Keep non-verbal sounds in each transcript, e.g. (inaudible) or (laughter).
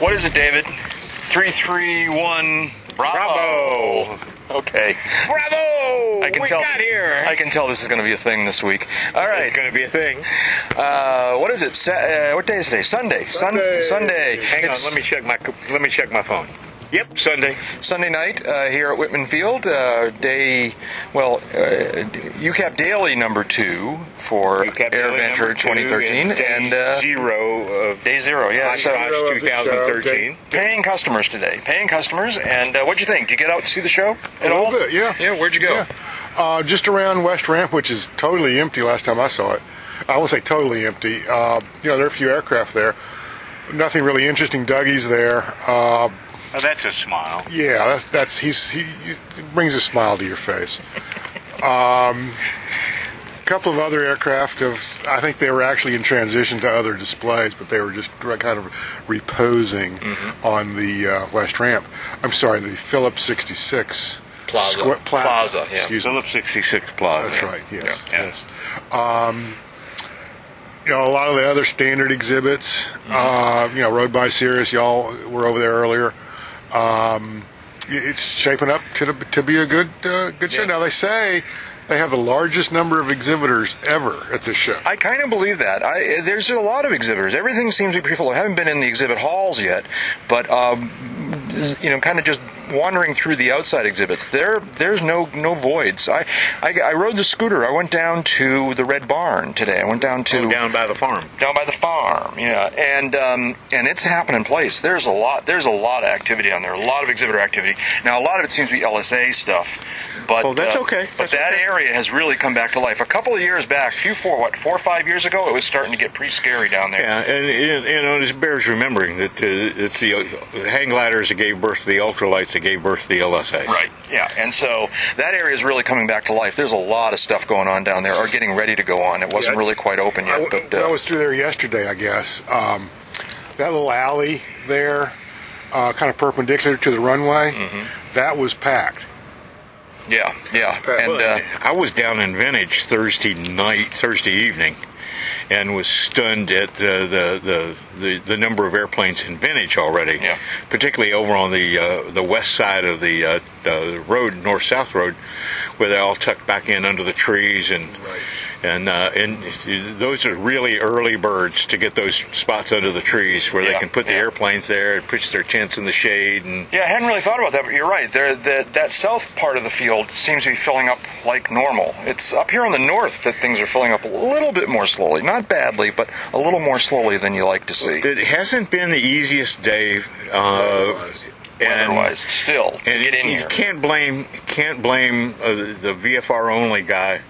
What is it, David? 331 Bravo. Okay. Bravo! I can we tell got this, here. I can tell this is going to be a thing this week. All right. It's going to be a thing. Uh, what is it? Sa- uh, what day is today? Sunday. Sun- Sunday. Sunday. Hang It's on, let me check my let me check my phone. Yep, Sunday. Sunday night uh, here at Whitman Field. Uh, day, well, uh, UCAP Daily number two for UCAP Air Daily Venture number two 2013 day and uh, zero of day zero. Yeah. Oshkosh So Zero of the show, 2013. okay. paying customers today. Paying customers. And uh, what'd you think? Did you get out to see the show at A all? little bit, yeah. Yeah. Where'd you go? Yeah. Uh, just around West Ramp, which is totally empty last time I saw it. I won't say totally empty. Uh, you know, there are a few aircraft there. Nothing really interesting. Dougie's there. Uh, Oh, that's a smile. yeah, that's, that's he's he, he brings a smile to your face. Um, a couple of other aircraft of I think they were actually in transition to other displays, but they were just kind of reposing Mm-hmm. on the uh, West Ramp. I'm sorry, the Phillips 66 Plaza. Squ- Plaza, yeah. Excuse me. Philip 66 Plaza. That's right. Yes. Yeah. Yes. Um, you know, a lot of the other standard exhibits. Mm-hmm. Uh, you know, Road by Sirius. Y'all were over there earlier. Um, i- it's shaping up to to be a good uh, good show. Yeah. Now they say they have the largest number of exhibitors ever at this show. I kind of believe that. I, there's a lot of exhibitors. Everything seems to be pretty full. I haven't been in the exhibit halls yet, but um, you know, kind of just wandering through the outside exhibits. There, there's no no voids. I, I, I rode the scooter. I went down to the Red Barn today. I went down to Down by the farm. down by the farm, yeah, and um, and it's a happening place. There's a lot. There's a lot of activity on there. A lot of exhibitor activity. Now, a lot of it seems to be LSA stuff, but uh, Oh, that's okay. But That's that okay. area has really come back to life. A couple of years back, few four, what four or five years ago, it was starting to get pretty scary down there. Yeah, and and- you know, it bears remembering that uh, it's the uh, hang gliders that gave birth to the ultralights that gave birth to the LSA. Right. Yeah. And so that area is really coming back to life. There's a lot of stuff going on down there, or getting ready to go on. It wasn't Yeah. really quite open yet, I, w- but uh, I was through there yesterday, I guess. Um, that little alley there, uh, kind of perpendicular to the runway, Mm-hmm. that was packed. yeah, yeah, and. Well, Uh, I was down in Vintage Thursday night, Thursday evening, and was stunned at the the, the, the, the number of airplanes in Vintage already. Yeah. Particularly over on the uh, the west side of the uh, uh, road, north south road, where they're all tucked back in under the trees and and uh, and those are really early birds to get those spots under the trees where Yeah, they can put the yeah. airplanes there and pitch their tents in the shade and Yeah, I hadn't really thought about that, but you're right. There, that that south part of the field seems to be filling up like normal. It's up here on the north that things are filling up a little bit more slowly. Not badly, but a little more slowly than you like to see. It hasn't been the easiest day. Uh, and, Otherwise, still to and get in you here. can't blame can't blame uh, the VFR only guy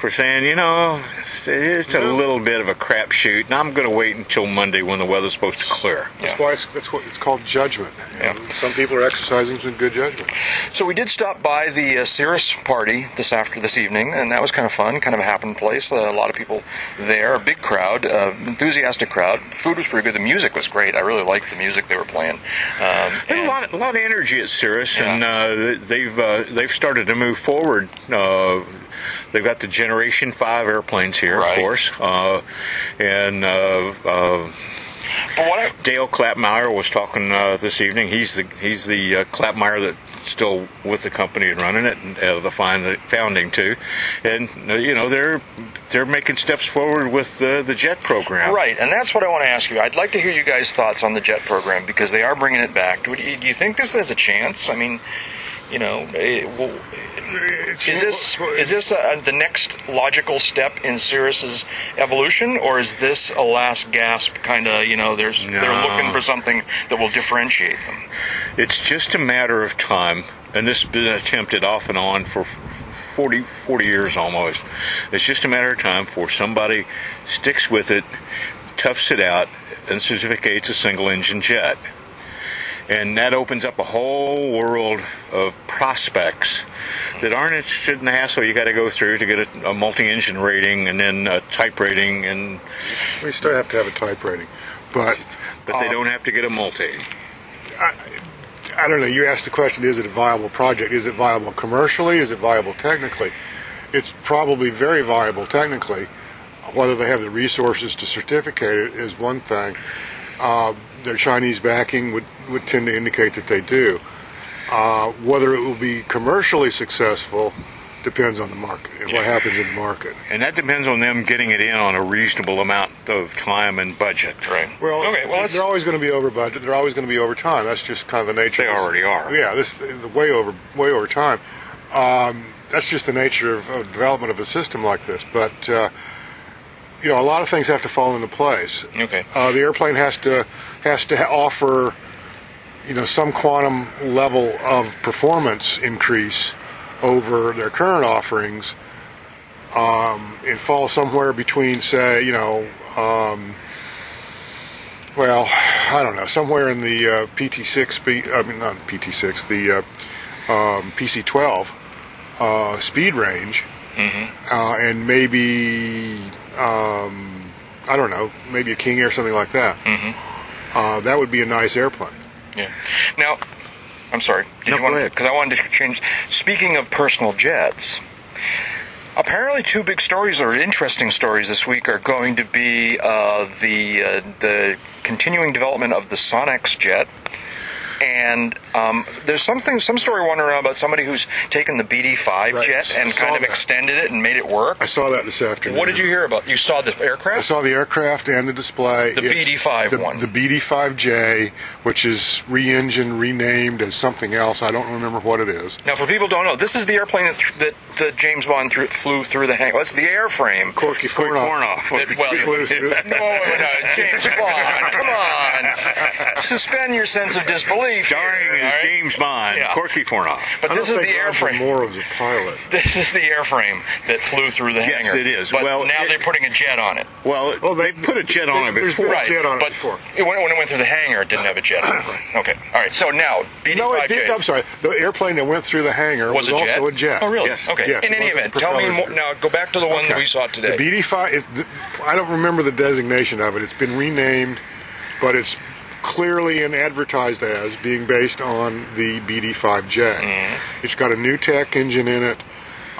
for saying, you know, it's, it's a little bit of a crapshoot, and I'm going to wait until Monday when the weather's supposed to clear. That's why it's, that's what it's called judgment. And Some people are exercising some good judgment. So we did stop by the uh, Cirrus party this after this evening, and that was kind of fun, kind of a happen place. Uh, a lot of people there, a big crowd, uh, enthusiastic crowd. Food was pretty good. The music was great. I really liked the music they were playing. Um, There's and- a lot, a lot of energy at Cirrus, Yeah. and uh, they've uh, they've started to move forward. Uh, they've got the Generation Five airplanes here, Right. of course, uh, and. Uh, uh, but what I, Dale Klappmeyer was talking uh, this evening. He's the he's the uh, Klappmeyer that's still with the company and running it, and uh, the find, founding too. And uh, you know they're they're making steps forward with uh, the jet program. Right, and that's what I want to ask you. I'd like to hear you guys' thoughts on the JET program because they are bringing it back. Do you, do you think this has a chance? I mean, you know, eh, well, is this is this uh the next logical step in Cirrus's evolution, or is this a last gasp kind of you know? There's they're No. looking for something that will differentiate them. It's just a matter of time, and this has been attempted off and on for 40, 40 years almost. It's just a matter of time for somebody sticks with it, toughs it out, and certificates a single engine jet. And that opens up a whole world of prospects that aren't interested in the hassle you got to go through to get a, a multi engine rating and then a type rating, and We still have to have a type rating, but but they Uh, don't have to get a multi. I don't know. You asked the question: Is it a viable project? Is it viable commercially? Is it viable technically? It's probably very viable technically. Whether they have the resources to certificate it is one thing. uh, their Chinese backing would, would tend to indicate that they do. Uh, whether it will be commercially successful depends on the market and what happens in the market. And that depends on them getting it in on a reasonable amount of time and budget. Right. Well, okay. Well, that's they're always going to be over budget. They're always going to be over time. That's just kind of the nature. They of this- already are. Yeah, this the way over way over time. Um, that's just the nature of, of development of a system like this. But uh, you know, a lot of things have to fall into place. okay. Uh, the airplane has to has to ha- offer you know some quantum level of performance increase over their current offerings um, and fall somewhere between say you know um, well I don't know somewhere in the uh, PT6 speed I mean not PT6 the uh, um, PC12 uh, speed range uh, and maybe um, I don't know, maybe a King Air, something like that. Mm-hmm. Uh, that would be a nice airplane. Yeah. Now, I'm sorry. Did No, you want to? (laughs) go ahead. Because I wanted to change. Speaking of personal jets, apparently two big stories or interesting stories this week are going to be uh, the uh, the continuing development of the Sonex jet. And um, there's something, some story wandering around about somebody who's taken the BD-5 Right. jet and kind I saw of that. extended it and made it work. I saw that this afternoon. What did you hear about? You saw the I aircraft? saw the aircraft and the display. The BD-5 the, one. The BD-5J, which is re-engined, renamed as something else. I don't remember what it is. Now, for people who don't know, this is the airplane that, th- that, that James Bond threw, flew through the (laughs) hang. What's the airframe? Corky Cornoff. Kornoff. That- well, (laughs) flew it- through- no, no, James Bond, come on. Suspend your sense of disbelief. here, (laughs) Starring all as right? James Bond, Yeah. Corky Kornoff. But I this is don't the think Roger airframe. Moore was a pilot. This is the airframe that flew through the Yes, hangar. it is. But Well, now it- they're putting a jet on it. Well, Well, they, they- put a jet they- on it there's before. been a jet on it but before. It, when, when it went through the hangar, it didn't have a jet on it. Okay. All right. So now, BD-5J. No, it did. I'm sorry. The airplane that went through the hangar Was was, a jet? also a jet. Oh, really? Yes. Okay. Yes, In it any was a event, tell me propeller. more. Now, go back to the one that Okay. we saw today. The BD5, is the, I don't remember the designation of it. It's been renamed, but it's clearly and advertised as being based on the BD5J. Mm-hmm. It's got a new tech engine in it.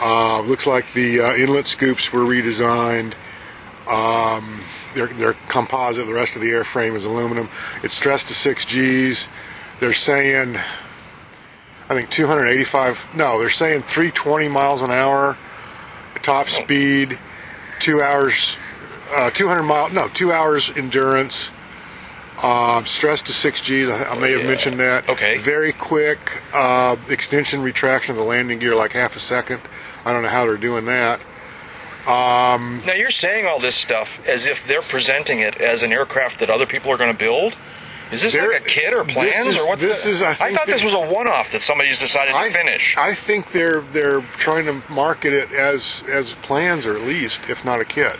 Uh, looks like the uh, inlet scoops were redesigned. Um, they're, they're composite. The rest of the airframe is aluminum. It's stressed to six Gs. They're saying, I think 285. No, they're saying 320 miles an hour Oh. top speed, two hours, uh, 200 mile, no, two hours endurance, uh, stress to six Gs. I, I may have Oh, yeah. mentioned that. Okay. Very quick uh, extension, retraction of the landing gear, like half a second. I don't know how they're doing that. Now you're saying all this stuff as if they're presenting it as an aircraft that other people are going to build. Is this They're- like a kid or this plans is- or what? this is, I think thought that- this was a one-off that somebody's decided to I finish. I think they're they're trying to market it as as plans, or at least if not a kit.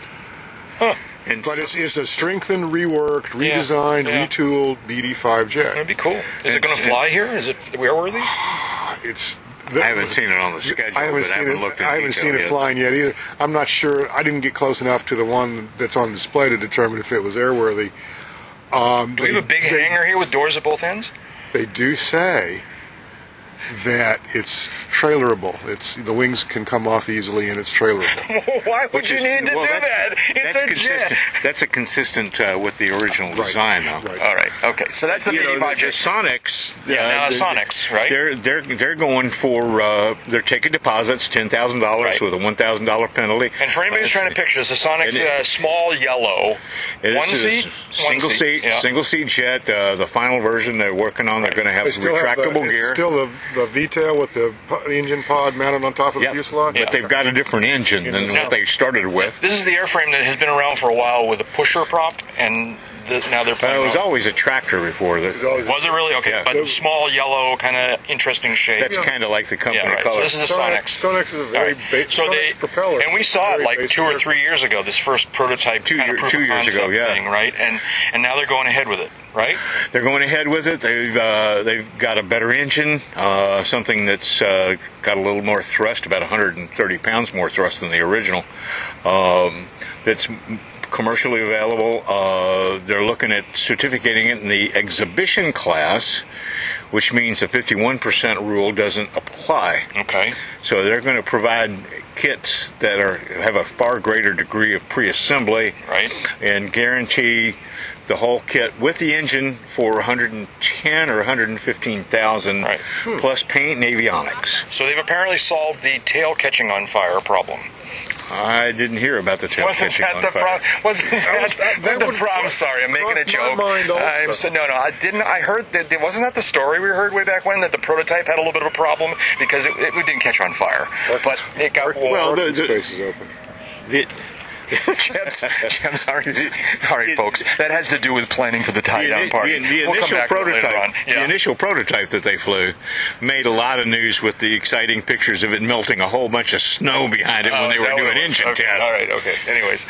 And But it's it's a strengthened, reworked, Yeah, redesigned, yeah. retooled BD5J. That'd be cool. Is it going to fly here? Is it airworthy? Uh, It's I haven't seen it on the schedule, I haven't but seen I haven't it. looked at I haven't detail seen it yet. flying yet either. I'm not sure. I didn't get close enough to the one that's on display to determine if it was airworthy. Um, Do we have a big they, hangar here with doors at both ends? (laughs) They do say that it's trailerable. It's the wings can come off easily and (laughs) it's trailerable. Why would Which you is- need to well, do that's- that? It's that's a consistent, jet. That's a consistent uh, with the original Right. design, though. Right. All right. Okay. So that's the You know, the, BD-5J. the Sonics. Yeah, now the they- Sonics, right? They're they're they're going for uh, they're taking deposits ten thousand dollars Right. with a one thousand dollar penalty. and for anybody who's trying to picture this, the Sonic's And it- uh, small yellow, It is one a seat, s- one single seat, yeah. single seat jet. Uh, the final version they're working on, they're going to have They still have retractable the, it's gear. Still the the VTEL with the pu- engine pod mounted on top of Yep. the fuselage. Yeah. But they've got a different engine than Yeah. what they started with. This is the airframe that has been around for a while with a pusher prop, and the, now they're Uh, playing. it was on- always a tractor before this. It's always- was it really okay? Yeah. But small, yellow, kind of interesting shape. That's kind of like the company yeah, right. So color. this is a Sonex, Sonic. Sonex is a very basic so they propeller. and we saw it Very like basic two or aircraft. three years ago. This first prototype, Two kinda year- proof two of years ago, concept yeah. thing, right? And and now they're going ahead with it, right? They're going ahead with it. They've uh, they've got a better engine, uh, something that's uh, got a little more thrust, about 130 pounds more thrust than the original. Um, that's m- commercially available. Uh, they're looking at certificating it in the exhibition class, which means the 51% rule doesn't apply. Okay. So they're going to provide kits that are have a far greater degree of pre-assembly Right. and guarantee the whole kit with the engine for 110 or 115,000 Right. Hmm. plus paint and avionics. So they've apparently solved the tail catching on fire problem. I didn't hear about the tail Wasn't catching that on the fire. problem? Wasn't that, was- that- that the would- problem? Sorry, I'm making a crossed my joke. mind also. I'm so no, no. I didn't. I heard that. that- Wasn't that the story we heard way back when that the prototype had a little bit of a problem because it, it didn't catch on fire, but it got warm. Well, (laughs) the- Parking the- space is open. The- Jim's, Jim's already, all right, It- folks. That has to do with planning for the tie the, down ini- party. the- the we'll come initial back to it prototype, later on. the Yeah. initial prototype that they flew, made a lot of news with the exciting pictures of it melting a whole bunch of snow behind it Oh, when they is that were what it doing was? engine Okay, tests. Uh-huh. All right. Okay. Anyways,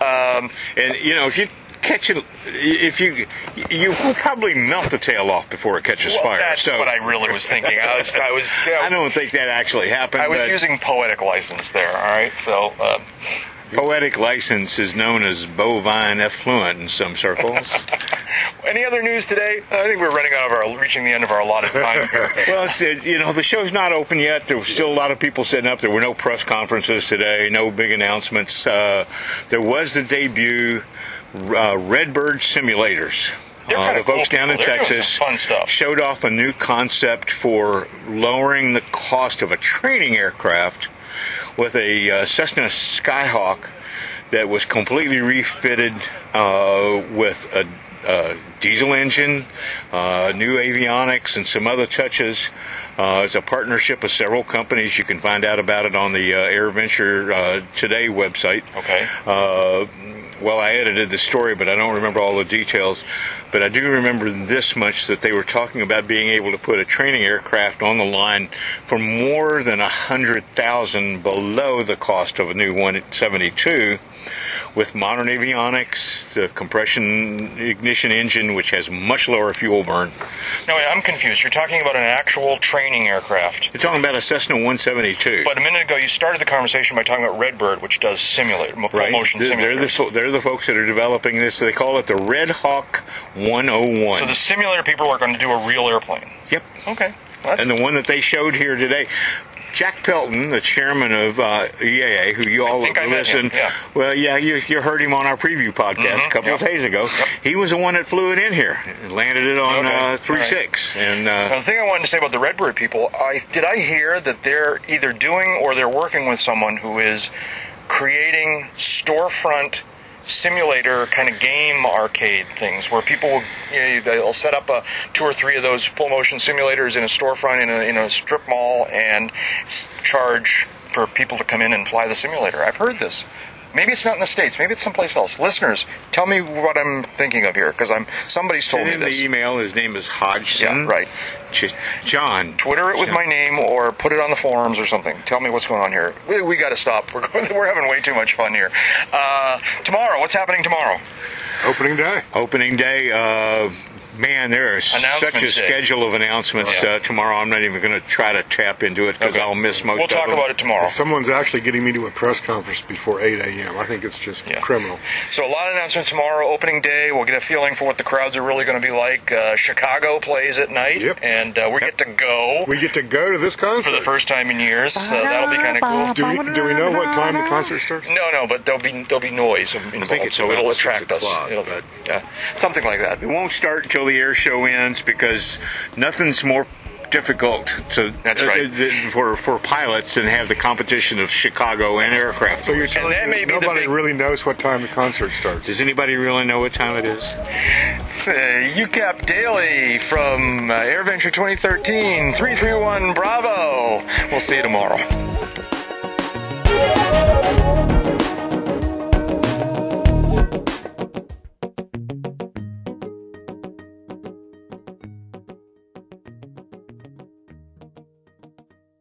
um, And you know, if you catch it, if you you will probably melt the tail off before it catches well, fire. that's so what I really was thinking. I was. I was. You know, (laughs) I don't think that actually happened. I was but using poetic license there. All right. So. Uh, poetic license is known as bovine effluent in (laughs) some circles. Any other news today? I think we're running out of our reaching the end of our allotted time (laughs) here. well, it's, it, you know, the show's not open yet. There was still a lot of people setting up. There were no press conferences today, no big announcements. Uh, there was the debut uh, Redbird simulators. They're Uh, kinda the folks cool down in people. They're doing Texas some fun stuff. showed off a new concept for lowering the cost of a training aircraft with a uh, Cessna Skyhawk that was completely refitted uh, with a, a diesel engine, uh, new avionics, and some other touches. Uh, it's a partnership of several companies. You can find out about it on the uh, AirVenture uh, Today website. Okay. Uh, well, I edited the story, but I don't remember all the details. But I do remember this much that they were talking about being able to put a training aircraft on the line for more than a hundred thousand below the cost of a new one at seventy-two, with modern avionics, the compression ignition engine, which has much lower fuel burn. No, wait, I'm confused. You're talking about an actual training aircraft. They're talking about a Cessna 172. But a minute ago, you started the conversation by talking about Redbird, which does simulate mo- full Right. motion They're, simulator. they're the, fo- they're the folks that are developing this. They call it the Red Hawk 101. so the simulator people are going to do a real airplane. yep. Okay. Well, that's and the one that they showed here today. Jack Pelton, the chairman of uh, EAA, who you all think I met him, listen, yeah. well, yeah, you, you heard him on our preview podcast a Mhm, couple of yeah. days ago. He was the one that flew it in here, and landed it on Okay, all uh, right. three six, and Now, uh, the thing I wanted to say about the Redbird people, I did I hear that they're either doing or they're working with someone who is creating storefront simulator kind of game arcade things where people will you know, they'll set up a two or three of those full motion simulators in a storefront in a, in a strip mall and s- charge for people to come in and fly the simulator. I've heard this. Maybe it's not in the states. Maybe it's someplace else. Listeners, tell me what I'm thinking of here because I'm somebody's told sent me in the this. email. His name is Hodgson. Yeah, right. Ch- John. Twitter it with my name or put it on the forums or something. Tell me what's going on here. We, we got to stop. (laughs) We're going, we're having way too much fun here. Uh, tomorrow, what's happening tomorrow? Opening day. opening day. Uh, man, there is such a Announcements day. schedule of announcements Yeah. uh, tomorrow. I'm not even going to try to tap into it because Okay. I'll miss most We'll of talk them. about it tomorrow. Someone's actually getting me to a press conference before 8 a.m. I think it's just Yeah. criminal. So a lot of announcements tomorrow. Opening day, we'll get a feeling for what the crowds are really going to be like. Uh, Chicago plays at night, Yep. and uh, we get to go We get to go to this for concert. the first time in years. So that'll be kind of cool. do, we, do we know what time the concert starts? No, no, but there'll be there'll be noise involved, it's so it'll about attract six us. o'clock, It'll, but- yeah, something like that. It won't start until the air show ends because nothing's more difficult to uh, That's right. for for pilots than have the competition of Chicago and aircraft. So you're telling that me may be the nobody big- really knows what time the concert starts. Does anybody really know what time it is? It's uh, UCAP Daily from uh, AirVenture 2013, 331 Bravo. We'll see you tomorrow.